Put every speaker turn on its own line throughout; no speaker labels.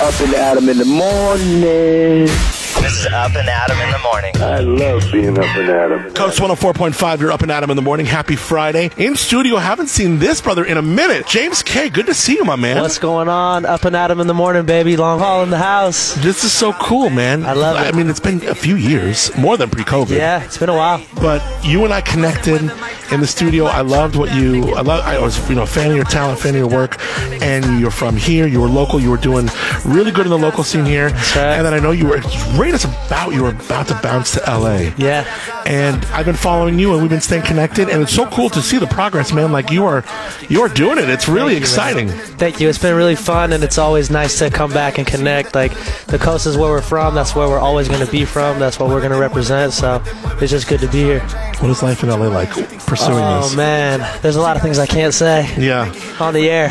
Up and Adam in the morning.
It's Up and Adam in the morning.
I love being up and Adam.
Coast 104.5, you're up and Adam in the morning. Happy Friday. In studio, haven't seen this brother in a minute. James K, good to see you, my man.
What's going on? Up and at 'em in the morning, baby. Long haul in the house.
this is so cool, man.
I love
I
it.
mean, it's been a few years, more than pre-COVID.
Yeah, it's been a while.
But you and I connected in the studio. I loved what you. I love. I was, you know, a fan of your talent, fan of your work, and you're from here. You were local. You were doing really good in the local scene here.
right.
And then I know you were right as about you were about to bounce to LA.
Yeah.
And I've been following you, and we've been staying connected. And it's so cool to see the progress, man. Like you are, you are doing it. It's really exciting.
Thank you. It's been really fun, and it's always nice to come back and connect. Like, the coast is where we're from. That's where we're always going to be from. That's what we're going to represent. So, it's just good to be here.
What is life in LA like? Pursuing
Oh,
this.
man. There's a lot of things I can't say
Yeah.
on the air.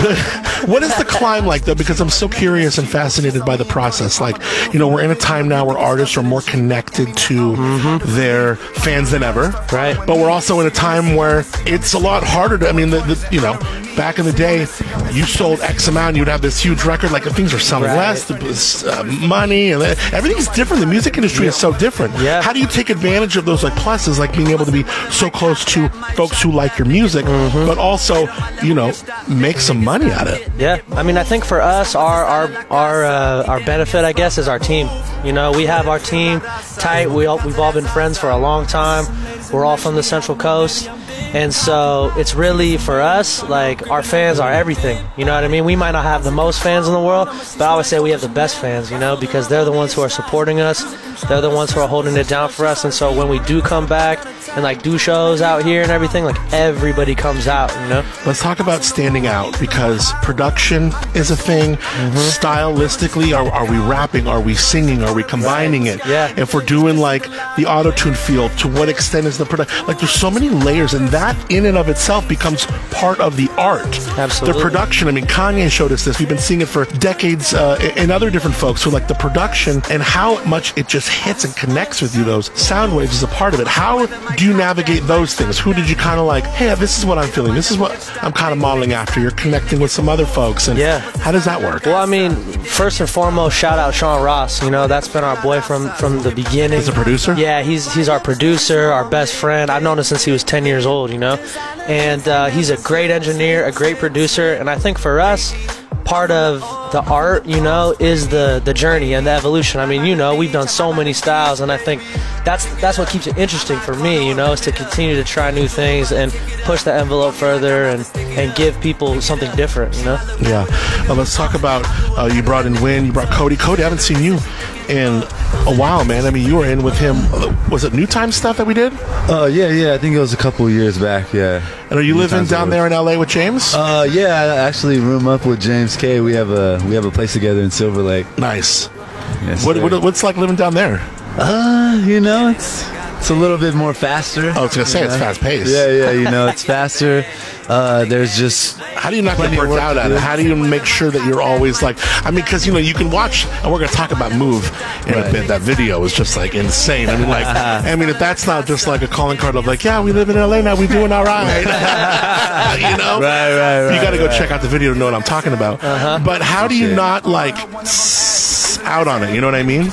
What is the climb like though? Because I'm so curious and fascinated by the process. Like, you know, we're in a time now where artists are more connected to their fans than ever.
Mm-hmm. Right.
But we're also in a time where it's a lot harder to, I mean, the, the, you know, back in the day, you sold X amount, you'd have this huge record, like things are selling
Right.
less, the, uh, money, and that- everything's different. The music industry is so different.
Yeah.
How do you take advantage of those like pluses, like being able to be so close to folks who like your music,
Mm-hmm.
but also, you know, make some money out of it?
Yeah, I mean, I think for us, our our our uh, our benefit, I guess, is our team. You know, we have our team tight. We all, we've all been friends for a long time. We're all from the Central Coast, and so it's really for us like our fans are everything. You know what I mean? We might not have the most fans in the world, but I always say we have the best fans. You know, because they're the ones who are supporting us. They're the ones who are holding it down for us. And so when we do come back and like do shows out here and everything, like everybody comes out. You know?
Let's talk about standing out because production is a thing.
Mm-hmm.
Stylistically, are, are we rapping? Are we singing? Are we combining it?
Yeah.
If we're doing like the auto tune feel, to what extent is the production? Like, there's so many layers, and that in and of itself becomes part of the art.
Absolutely.
The production. I mean, Kanye showed us this. We've been seeing it for decades, uh, and other different folks who like the production and how much it just hits and connects with you. Those sound waves is a part of it. How do you navigate those things? Who did you kind of like? Hey, this is what I'm feeling. This is what I'm kind of modeling after. You're connecting with some other folks, and
Yeah.
how does that work?
Well, I mean, first and foremost, shout out Sean Ross. You know, that's been our boy from from the beginning.
He's a producer?
Yeah, he's he's our producer, our best friend. I've known him since he was 10 years old. You know, and uh, he's a great engineer, a great producer, and I think for us. Part of the art, you know, is the the journey and the evolution. I mean, you know, we've done so many styles, and I think that's that's what keeps it interesting for me. You know, is to continue to try new things and push the envelope further and and give people something different. You know.
Yeah. Uh, let's talk about uh, you brought in Win, you brought Cody. Cody, I haven't seen you in a while, man. I mean, you were in with him. uh, Was it New Time stuff that we did?
Uh, yeah, yeah. I think it was a couple years back. Yeah.
And are you
New
living
Times
down
Road.
there in LA with James?
Uh, yeah. I actually room up with James K. We have a we have a place together in Silver Lake.
nice.
Yes,
What,
sir.
what, what's like living down there?
Uh, you know, it's it's a little bit more faster.
I was gonna say it's fast paced.
Yeah, yeah. You know, it's faster. Uh, there's just
How do you not get
Plenty of
burnt
work
out
to
at it?
do.
How do you make sure that you're always like? I mean, because you know you can watch, and we're gonna talk about Move in a
Right.
bit. That video is just like insane. I mean, like, I mean, if that's not just like a calling card of like, yeah, we live in LA now, we doing all right. you know,
Right, right,
You
right,
got to go
right.
check out the video to know what I'm talking about. But how do you not like s- out on it? You know what I mean?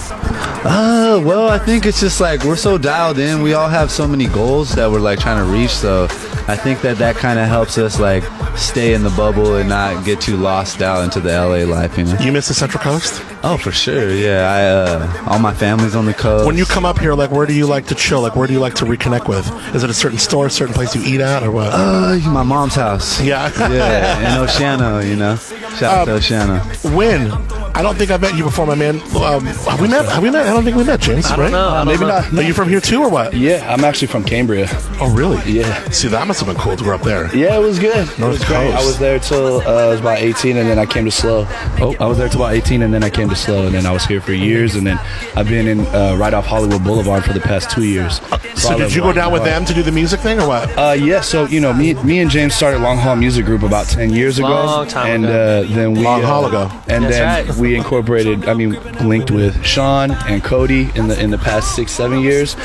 Uh, well, I think it's just like we're so dialed in. We all have so many goals that we're like trying to reach. So I think that that kind of helps us like stay in the bubble and not get too lost out into the LA life. You know?
You miss the Central Coast
Oh, for sure. Yeah. I uh, all my family's on the coast.
when you come up here. Like, where do you like to chill? Like, where do you like to reconnect with? Is it a certain store, a certain place you eat at, or what?
Uh, my mom's house.
Yeah. Uh,
yeah, in Oceano, you know. Shout out to Oceano.
When? I don't think I met you before, my man. Um, have we met? Have we met? I don't think we met, James. I right?
know. I don't
Maybe
know.
not. Are you from here too, or what?
Yeah, I'm actually from Cambria.
Oh, really?
Yeah.
See, that must have been cool to grow up there.
Yeah, it was good. it was
North
great.
Coast.
I was there till uh, I was about 18, and then I came to Slow. Oh, I was there till about 18, and then I came to Slow, and then I was here for years, and then I've been in uh, right off Hollywood Boulevard for the past two years.
So, did you go down with them to do the music thing, or what?
Uh, yeah, so you know, me, me and James started Long Haul Music Group about ten years ago,
Long time
and
ago.
Uh, then we
Long
uh,
haul ago.
and
That's
then
right.
we incorporated. I mean, linked with Sean and Cody in the in the past six seven years,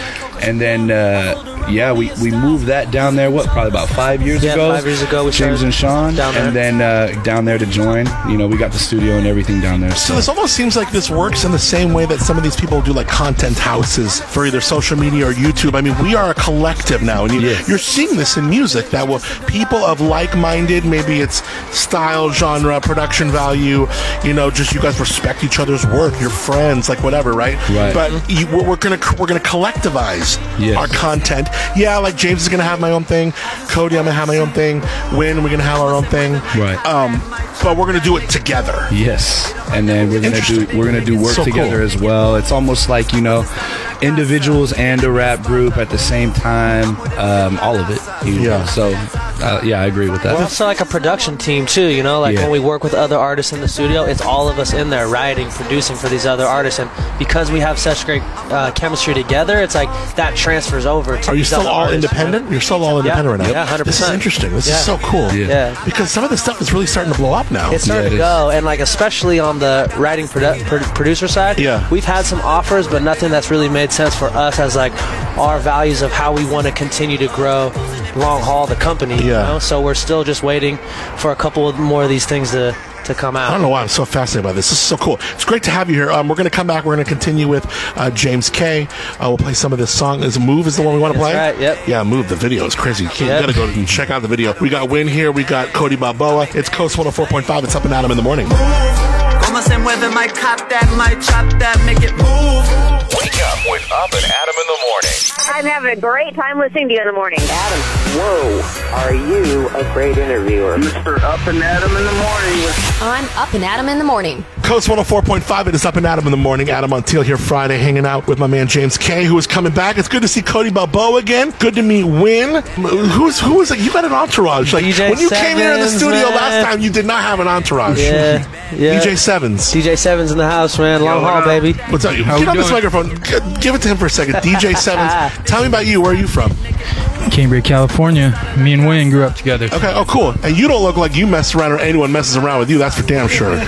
and then uh, yeah, we, we moved that down there, what, probably about five years
Yeah,
ago?
five years ago we
James
started
and Sean.
down there.
And then uh, down there to join. You know, we got the studio and everything down there.
So this almost seems like this works in the same way that some of these people do like content houses for either social media or YouTube. I mean, we are a collective now, and you,
Yeah.
you're seeing this in music that will people of like-minded, maybe it's style, genre, production value, you know, just you guys respect each other's work, you're friends, like whatever, right?
Right.
But you, we're, we're gonna we're gonna collectivize
Yes.
our content. Yeah, like James is gonna have my own thing, Cody, I'm gonna have my own thing, Win, we're gonna have our own thing,
Right.
Um, but we're gonna do it together.
Yes, and then we're gonna do
Interesting.
we're gonna do work
So cool.
together as well. It's almost like you know, individuals and a rap group at the same time. Um, all of it. you know.
Yeah.
So, uh, yeah, I agree with that.
We're also like a production team too, you know. Like
Yeah.
when we work with other artists in the studio, it's all of us in there writing, producing for these other artists, and because we have such great uh, chemistry together, it's like that transfers over. to
Are you
these
still
other
all
artists,
independent?
right?
You're still all
Yeah.
independent right now.
Yeah, 100%.
This is interesting. This
Yeah.
is so cool.
Yeah.
Yeah.
Because some of the stuff is really starting to blow up now.
It's
Yeah,
starting
it
to go, and like especially on the writing produ- pro- producer side,
Yeah.
we've had some offers, but nothing that's really made sense for us as like our values of how we want to continue to grow long haul the company. You
Yeah.
know? So we're still just waiting for a couple of more of these things to to come out.
I don't know why I'm so fascinated by this. This is so cool. It's great to have you here. Um, we're going to come back. We're going to continue with uh, James K. Uh, we'll play some of this song. Is Move is the one we want to
That's
play?
right, yep.
Yeah, Move. The video is crazy. You,
Yep.
got to go and check out the video. We got Win here. We got Cody Balboa. It's Coast 104.5. It's up and Adam in the morning.
Como se mueve, might cop that, might chop that, make it move.
Wake up with Up and Adam in the morning.
I'm having a great time listening to you in the morning.
Adam, whoa, are you a great interviewer?
Mr. Up and Adam in the morning with
I'm up and at 'em in the morning.
Coast 104.5. It is up and Adam in the morning. Adam on Teal here Friday, hanging out with my man James K, who is coming back. It's good to see Cody Balboa again. Good to meet Win. Who's who is like you got an entourage? Like
DJ
when you came here in the
Sevens,
studio
man.
last time, you did not have an entourage.
Yeah, yeah.
DJ Sevens.
DJ Sevens in the house, man. Long haul, baby.
What's up? Get
How we
on this
doing?
microphone. G- give it to him for a second. DJ Sevens. Tell me about you. Where are you from?
Cambridge, California. Me and Wayne grew up together.
Okay. Oh, cool. And you don't look like you mess around or anyone messes around with you. That's for damn sure.
I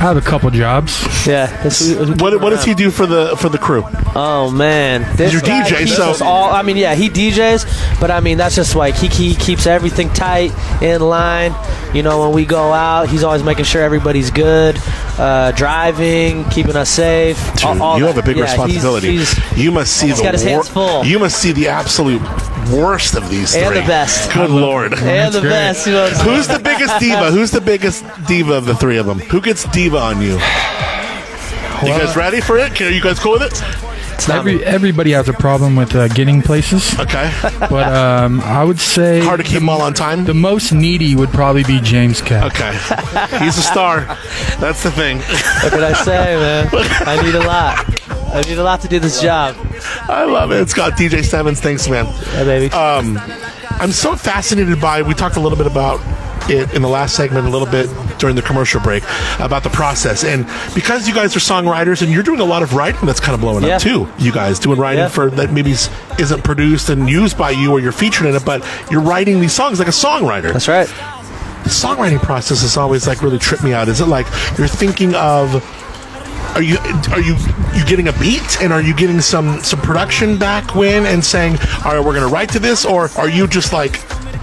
have a couple jobs.
Yeah. this-
What, what does he do for the for the crew?
Oh man, this
You're
guy
DJ,
keeps
so-
us all. I mean, yeah, he DJs, but I mean that's just like he, he keeps everything tight in line. You know, when we go out, he's always making sure everybody's good, uh, driving, keeping us safe. all-
Dude,
all
you
that.
have a big
Yeah, he's-
responsibility.
he's-
you must see
he's
the
got his hands full.
you must see the absolute worst of these
And
three.
the best.
Good lord.
and
That's
the
great.
best. You know what I'm saying?
Who's the biggest diva? Who's the biggest diva of the three of them? Who gets diva on you? You guys ready for it? Can- Are you guys cool with it?
It's not me.
Every, everybody has a problem with uh, getting places,
Okay.
but um, I would say
Hard to keep them all on time.
the most needy would probably be James Cat.
Okay. He's a star. That's the thing.
what can I say, man? I need a lot. I need a lot to do this job.
I love it. It's got DJ Sevens. Thanks, man.
Yeah, baby.
um, I'm so fascinated by. We talked a little bit about it in the last segment, a little bit during the commercial break about the process, and because you guys are songwriters and you're doing a lot of writing, that's kind of blowing
Yeah.
up too. You guys doing writing
Yeah.
for that maybe s- isn't produced and used by you or you're featured in it, but you're writing these songs like a songwriter
That's right.
the songwriting process has always like really tripped me out. Is it like you're thinking of are you are you you getting a beat and are you getting some some production back when and saying all right we're gonna write to this or are you just like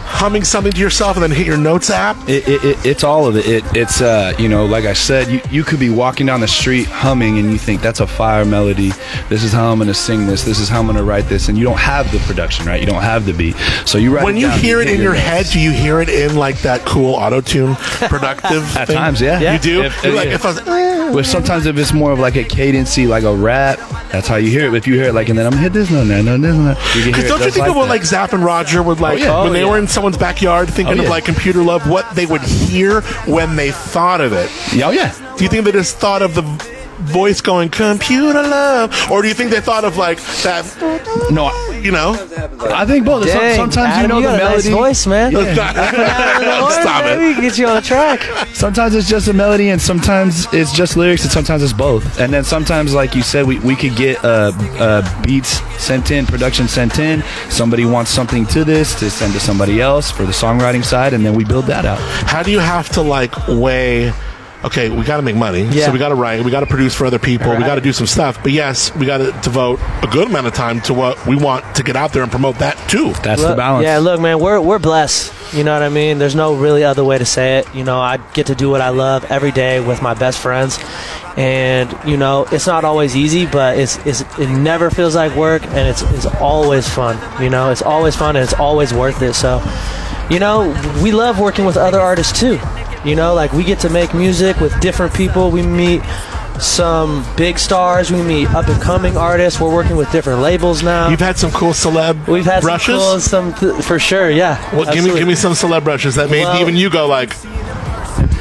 humming something to yourself and then hit your notes app?
it, it, it, it's all of it. it it's uh, you know, like I said, you, you could be walking down the street humming, and you think that's a fire melody. This is how I'm gonna sing this. This is how I'm gonna write this, and you don't have the production, right? You don't have the beat, so you write.
When you
down,
hear it
hit
in your
notes.
head, do you hear it in like that cool auto tune productive?
At
thing?
times, yeah. Yeah.
you do.
If-
You're like
yeah.
if I was, eh.
But sometimes if it's more of like a cadency, like a rap, that's how you hear it. But if you hear it like, and then I'm gonna hit this, no, no, no, this, no, you can hear
Because
it
don't you
just
think
like
of what
that.
like Zapp and Roger would like
Oh, yeah.
when
Oh,
they
yeah.
were in someone's backyard thinking
Oh,
of
yeah.
like computer love, what they would hear when they thought of it?
Yeah, oh yeah,
Do you think they just thought of the voice going computer love, or do you think they thought of like that?
no.
You know,
I think both. Some-
Dang,
sometimes
Adam,
you know the
got a nice
melody.
voice, man.
stop it.
Baby, get you on track.
Sometimes it's just a melody, and sometimes it's just lyrics, and sometimes it's both. And then sometimes, like you said, we, we could get uh, uh, beats sent in, production sent in. Somebody wants something to this to send to somebody else for the songwriting side, and then we build that out.
How do you have to like weigh? okay, we got to make money.
Yeah.
So we got to write. We got to produce for other people. We
Right.
got to do some stuff. But yes, we got to devote a good amount of time to what we want to get out there and promote that too.
That's
Look- Yeah, look, man, we're we're blessed. You know what I mean? There's no really other way to say it. You know, I get to do what I love every day with my best friends, and you know, it's not always easy, but it's, it's it never feels like work, and it's it's always fun. You know, it's always fun, and it's always worth it. So, you know, we love working with other artists too. You know, like we get to make music with different people. We meet some big stars. We meet up and coming artists. We're working with different labels now. You've
had some cool celeb
We've had
brushes?
some cool, some for sure. Yeah.
Well, give me
absolutely.
give me some celeb brushes that made
Well-
even you go like,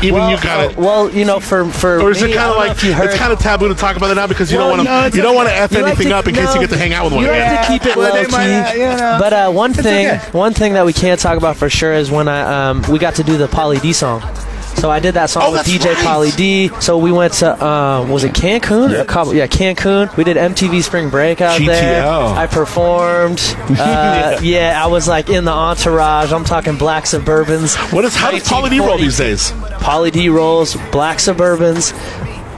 even you got it.
Well, you know, for for
Or is
me,
it
I
kind
don't
of
know
like
if you heard-
it's kind of taboo to talk about it now because you
Well,
don't
no,
want
it's
to you don't
okay.
want to f
You like
anything
to-
up in case you
no,
get to hang out with one
you
again.
like to keep it
Well,
low
they
key.
might not, you know.
But uh, one thing,
okay.
one thing that we can't talk about for sure is when I um, we got to do the Polly D song. So I did that
Oh,
song with DJ Polly D. So we went to um, was it Cancun? Or Cabo- yeah, Cancun. We did MTV Spring Break out there.
GTO.
I performed. Uh, yeah. I was like in the entourage. I'm talking black suburbans.
What is how does Pauly D roll these days?
Polly D rolls, black suburbans,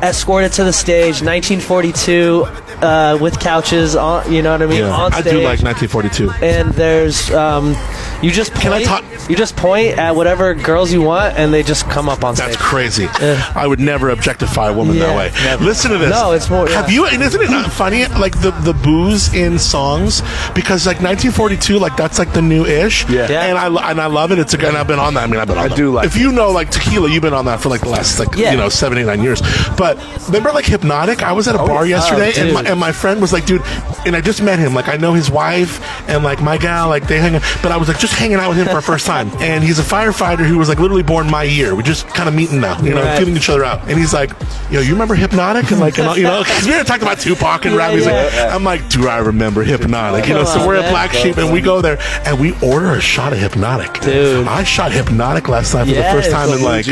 escorted to the stage, 1942, uh, with couches on. You know what I mean?
Yeah,
on
I
stage.
do like 1942.
and there's um, you just point, you just point at whatever girls you want, and they just come up on stage.
That's crazy. I would never objectify a woman
Yeah,
that way.
never.
Listen to this.
No, it's more-
Have
yeah.
you? And isn't it not funny? Like the the booze in songs because like 1942, like that's like the new ish. Yeah.
Yeah.
And I lo- and I love it. It's a, and I've been on that. I mean, I've been on.
I
them.
do like
If you know like tequila, you've been on that for like the last like
Yeah.
you know seven eight nine years. But remember like hypnotic? I was at a bar
yeah.
yesterday
Oh,
and my,
dude.
and my friend was like, dude, and I just met him. Like I know his wife and like my gal. Like they hang. out. But I was like just hanging out with him for our first time. And he's a firefighter who was like literally born my year. We just kind of meeting now. You know,
Right.
feeling each other out. And he's like, yo, you remember hypnotic? And like, and all- you know, because we were talking about Tupac and
Yeah,
rap music.
yeah.
I'm like, do I remember hypnotic? You know,
Come
so
on,
we're at
man.
Black Sheep and we go there and we order a shot of hypnotic. Dude, I shot hypnotic last night for
Yes.
the first time in like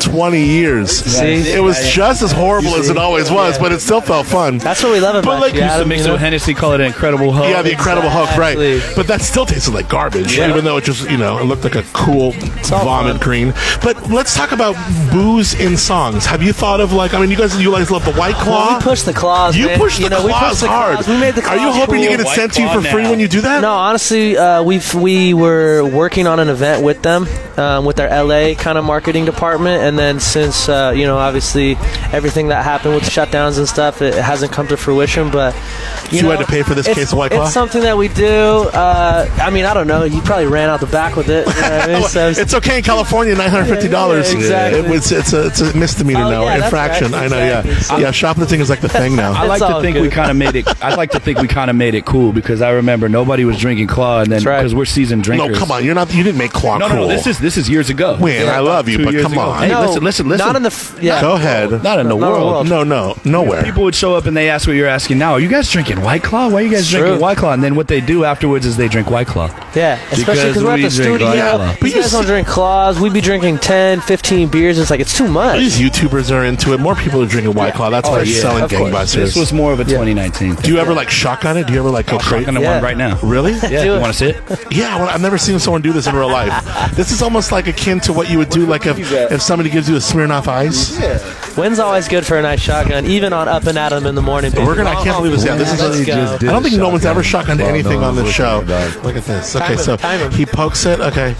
20 years.
See?
it was just as horrible
You
as it
see?
always was,
Yeah.
but it still felt fun.
That's what we love
But
about
like,
you,
used to mix it with Hennessy, call it an Incredible Hulk.
yeah, the Incredible Hulk, right? But that still tasted like garbage,
Yeah.
even though it just you know it looked like a cool vomit green. But let's talk about booze in songs. Have you thought of like? I mean, you guys, you guys love the White Claw.
Well, we push the claws.
You
man.
push the
you know, we
claws
push the
hard.
Claws. We made the
Are
claws
you hoping you
cool.
get it sent to you for free when you do that?
No, honestly, uh, we we were working on an event with them, um, with their LA kind of marketing department, and then since uh, you know, obviously, everything that happened with the shutdowns and stuff, it, hasn't come to fruition. But
So you had to pay for this
it's-
case of White Claw?
It's something that we do. Uh, I mean, I don't know. You probably ran out the back with it. You know what I mean? So
it's okay in California, nine hundred fifty dollars.
Yeah, yeah, exactly.
It was, it's a it's a misdemeanor
Oh,
now,
yeah, that's
infraction.
right.
I know, yeah,
Exactly.
yeah. Shoplifting is like the thing now.
I like to think we kind of made it. I like to think we kind of made it cool because I remember nobody was drinking claw, and then because we're seasoned drinkers.
No, come on, you're not. You didn't make Claw
No, no,
cool.
no, this is this is years ago.
Win, I love you,
Two
but
years
come
ago.
on.
Hey,
No,
listen, listen, listen.
not in the f- yeah.
Go ahead.
Not in the
Not in the
world.
world. No, no, nowhere.
People would show up and they ask what you're asking now. Are you guys drinking White Claw? Why are you guys
It's
drinking
true.
White Claw? And then what they do afterwards is they drink White Claw.
Yeah, especially because
Because
we're at
we
the
drink
studio.
White Claw.
You guys don't drink claws. We'd be drinking 10, 15 beers. It's like, it's too much.
These YouTubers are into it. More people are drinking White Claw. That's
Oh,
why
yeah,
selling
of course.
gangbusters.
This was more of a 2019.
Do you ever like shotgun it? Do you ever like go crazy?
shotgun one Yeah. right now.
Really?
Yeah, Do you it. wanna see it?
Yeah, I wanna- I've never seen someone do this in real life. this is almost like akin to what you would do, like if if somebody gives you a Smirnoff Ice.
Wind's always good for a nice shotgun, even on Up and at 'em in the morning. Baby.
We're gonna. I
Long
can't
haul.
believe this. Yeah, this is.
Let's
I
go.
don't think no one's ever shotgunned
Well,
anything
no,
on this
look
show.
at that.
Look at this.
Time
Okay,
him,
so he pokes it. Okay,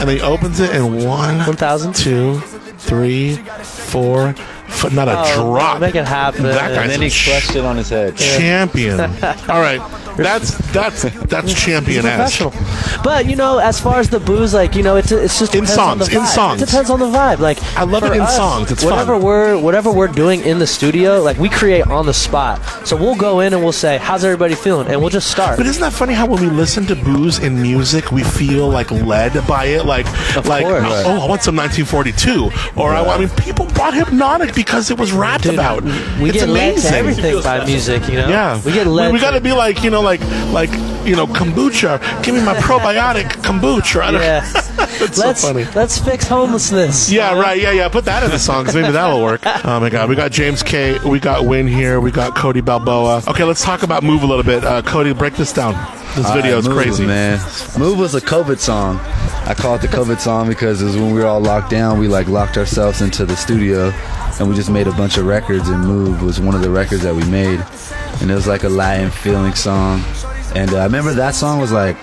and he opens it, and one, one thousand, two, three, four. f- Not a
Oh,
drop.
Make it happen.
That guy's a
crushed it on his head.
champion. All right, that's that's that's champion ass.
professional. But you know, as far as the booze, like you know, it's it's just
In
depends on
songs,
the
in
vibe.
songs.
It depends on the vibe. Like I
love it in songs. It's fun.
whatever we're whatever we're doing in the studio. Like we create on the spot. So we'll go in and we'll say, "How's everybody feeling?" And we'll just start.
But isn't that funny how when we listen to booze in music, we feel like led by it, like like
course.
oh, I want some 1942, or I want. I mean, people bought Hypnotic because it was rapped about.
we
it's
get led to
amazing.
everything by music, you know?
Yeah,
We get led
We,
to-
got to be like you know, like like you know, kombucha. Give me my probiotic kombucha. I don't-
Yeah.
That's
let's
so funny.
let's fix homelessness.
Yeah, right. Yeah, yeah. Put that in the songs. Maybe that'll work. Oh my God, we got James K. We got Win here. We got Cody Balboa. Okay, let's talk about Move a little bit. Uh, Cody, break this down. This
All
video
right,
is
Move,
crazy.
man. Move was a COVID song. I call it the COVID song because it was when we were all locked down. We like locked ourselves into the studio, and we just made a bunch of records. And "Move" was one of the records that we made, and it was like a Latin feeling song. And uh, I remember that song was like.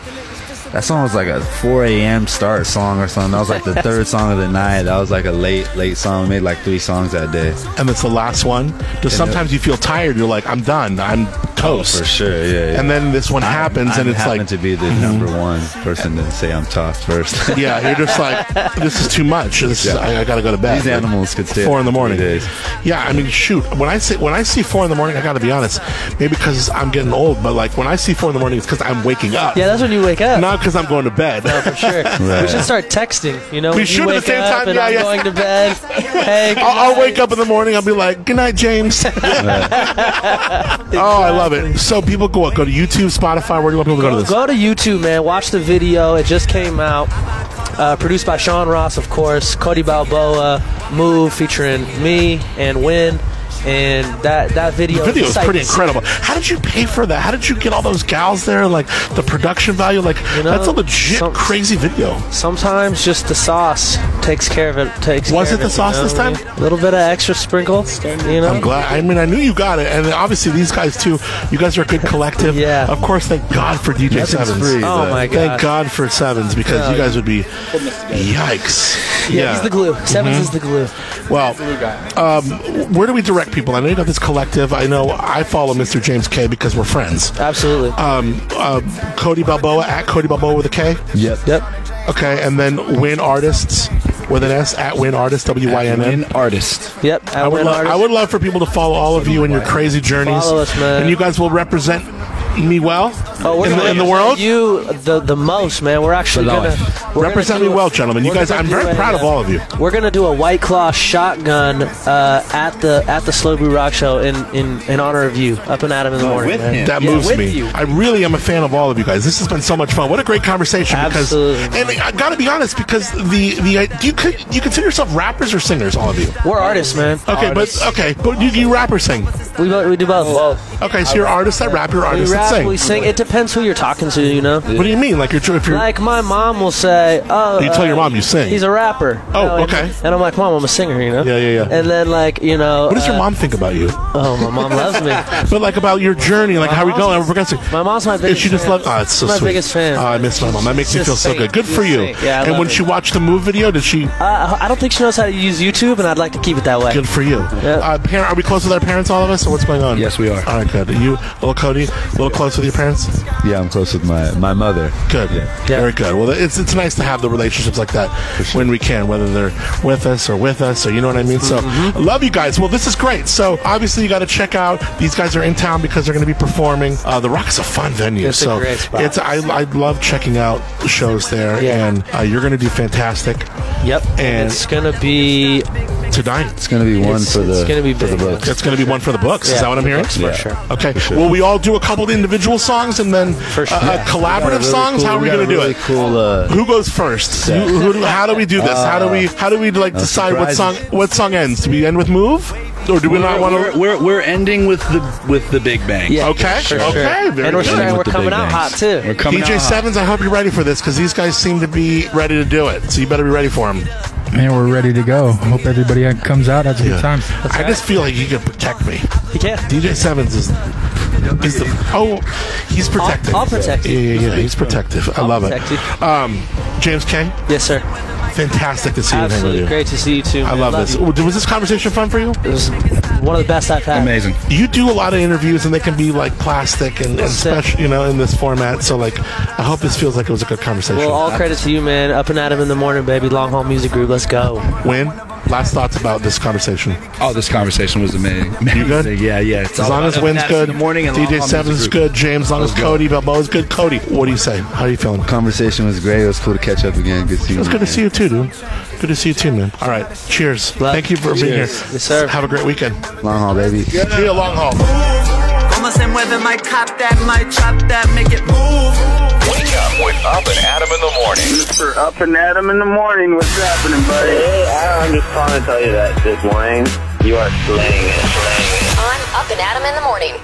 That song was like a 4 a.m. start song or something. That was like the third song of the night. That was like a late, late song. We made like three songs that day.
And it's the last one. Because sometimes you feel tired. You're like, I'm done. I'm toast.
Oh, for sure, yeah. yeah.
And then this one
I'm-
happens, and
I'm
it's like
happen to be the number one person to say I'm tossed first.
yeah, you're just like, this is too much. This is,
Yeah.
I, I gotta go to bed.
These animals could stay
four
up
in the
for
morning.
three days.
Yeah, I mean, shoot. When I see when I see four in the morning, I gotta be honest. Maybe because I'm getting old, but like when I see four in the morning, it's because I'm waking up.
Yeah, that's when you wake up.
Not because I'm going to bed.
No, for sure. We should start texting. You know,
We
when you
should at the
wake
same
up
time,
and
yeah,
I'm
yeah.
going to bed. Hey,
I'll, I'll wake up in the morning. I'll be like, "Good night, James." oh, I love it. So people go go to YouTube, Spotify. Where do you want people to go to this?
Go to YouTube, man. Watch the video. It just came out. Uh, produced by Sean Ross, of course. Cody Balboa, Move, featuring me and Win. And that that video,
The video is
it's like-
pretty incredible. How did you pay for that? How did you get all those gals there? Like the production value, like that's a legit crazy video.
Sometimes just the sauce takes care of it. Takes
Was
care
it
of
the sauce
you know
this
what I
time?
mean? little bit of extra sprinkle. You know,
I'm glad. I mean, I knew you got it, and obviously these guys too. You guys are a good collective. yeah. Of course, thank God for DJ
Nothing's
Sevens.
free, Oh, but- my
Thank
God.
God Oh, for Sevens because
Yeah,
you guys
yeah.
would be, yikes.
Yeah, he's the glue. Sevens
Mhm.
is the glue.
Well, um, where do we direct people? I know you got this collective. I know I follow Mr. James K because we're friends.
Absolutely.
Um, uh, Cody Balboa at Cody Balboa with a K.
Yep.
Yep.
Okay, and then Win Artists with an S at Win Artists W Y N N.
Artist.
Yep.
I would,
Win
love,
Artists.
I would love for people to follow all of you in your crazy journeys.
Follow us, man.
And you guys will represent me well
Oh, we're
in,
gonna
the, in the
represent
world.
You the, the most, man. We're actually
For
gonna
life.
we're
Represent
gonna do
me
a-
well, gentlemen. You
we're
guys-
gonna
I'm
do
very
a,
proud of
uh,
all of you.
We're gonna do a White Claw shotgun uh, at the at the Slow Brew Rock Show in, in, in honor of you, up and at him in the morning. man.
That
Yeah,
moves
with
me.
you.
I really am a fan of all of you guys. This has been so much fun. What a great conversation! Because, and I gotta be honest, because the the do you co- you consider yourself rappers or singers? All of you.
We're artists, man.
Okay,
Artists.
but okay, but you, you rap or sing?
We both, we do both.
Okay, so you're artists that rap, you're artists
we rap,
that sing.
We sing. It depends who you're talking to, you know.
What do you mean? Like you're if you're
Like my mom will say, "Oh,
You tell your mom you sing.
He's a rapper.
Oh,
You know, and-
okay.
And I'm like, "Mom, I'm a singer," you know. Yeah,
yeah, yeah.
And then like, you know,
What does your
uh,
mom think about you?
Oh, my mom loves me.
but like about your journey, like how we go, and we're progressing.
My mom's my biggest.
she just
fan.
love. Oh, it's so
my
sweet.
biggest fan.
Oh, I miss my mom. That makes me
She's
feel so
just
good. Good
saint.
for
She's
you.
saint. Yeah, I
and
love
when
it.
she watched the move video, did she?
Uh, I don't think she knows how to use YouTube, and I'd like to keep it that way.
Good for you. Uh, parent, are we close with our parents, all of us, or what's going on? Yes, we are. All right, good. You, little Cody, a little close with your parents.
Yeah, I'm close with my my mother.
Good. Very good. Well, it's it's nice to have the relationships like that when we can, whether they're with us or with us, or you know what I mean. So,
Mm-hmm.
love you guys. Well, this is great. So, obviously, you got to check out. These guys are in town because they're going to be performing. Uh, the Rock's a fun venue.
It's a
so
great spot.
it's I I love checking out shows there, and uh, you're going to do fantastic.
Yep.
And
It's gonna be
tonight.
It's gonna be one
It's-
for the
it's gonna be
for the
big.
books.
It's going to be one for the books. is
Yeah,
that what I'm
for
hearing?
the books, for Yeah. sure.
Okay.
For sure.
Will we all do a couple of individual songs and then uh, uh,
We got a
collaborative
really
songs?
cool-
how are we,
got
going
a
to do
really
it?
Cool. Uh,
Who goes first? Who,
Seth.
who do, how do we do this? how do we? How do we like
Uh,
decide what
surprises.
song? What song ends? Do we end with move, or do we not want
We're,
to?
we're we're ending with the with the big bang.
Yeah, Okay, for sure. okay, very And we're good. starting-
Ending with
we're
the
coming
big
out
bangs.
hot, too.
We're coming
DJ
out hot.
Sevens, I hope you're ready for this because these guys seem to be ready to do it. So you better be ready for them.
Man, we're ready to go. Hope everybody comes out. Has a good time.
I just feel like you can protect me.
He can.
DJ Sevens is. Is the, oh, he's protective.
I'll protect you.
Yeah, yeah, yeah, he's protective. I
I'll
love it.
protect you.
Um, James K.
Yes, sir.
Fantastic to see you. and hang with
Absolutely
you.
great to see you too.
I
man.
love, this.
you.
Was this conversation fun for you?
It was one of the best I've had.
Amazing.
You do a lot of interviews, and they can be like plastic and, and
That's it.
special, you know, in this format. So, like, I hope this feels like it was a good conversation.
Well, all credit to you, man. Up and at 'em in the morning, baby. Long haul music group. Let's go.
Win. Last thoughts about this conversation.
Oh, this conversation was amazing. You
good?
Yeah, yeah. It's
as
all
long
about
as
having
Win's
that
good,
in the morning and
DJ
long
Seven's
music
good, James, as long as
Let's go.
Cody Balboa's good, Cody. What do you say? How are you feeling?
Conversation was great. It was cool to catch up again. Good seeing
It's
you.
good to see you too, dude. Good to see you too, man. All right, cheers. Thank you for being here.
Cheers.
Yes, sir.
Have a great weekend.
Long haul, baby.
See you long haul.
Como se mueve my cop that, my chop that, make it move.
Wake up with Up and Adam in the morning.
We're up and at 'em in the morning. What's happening, buddy?
Hey, Adam, I'm just calling to tell you that this morning you are slaying it.
On Up and Adam in the morning.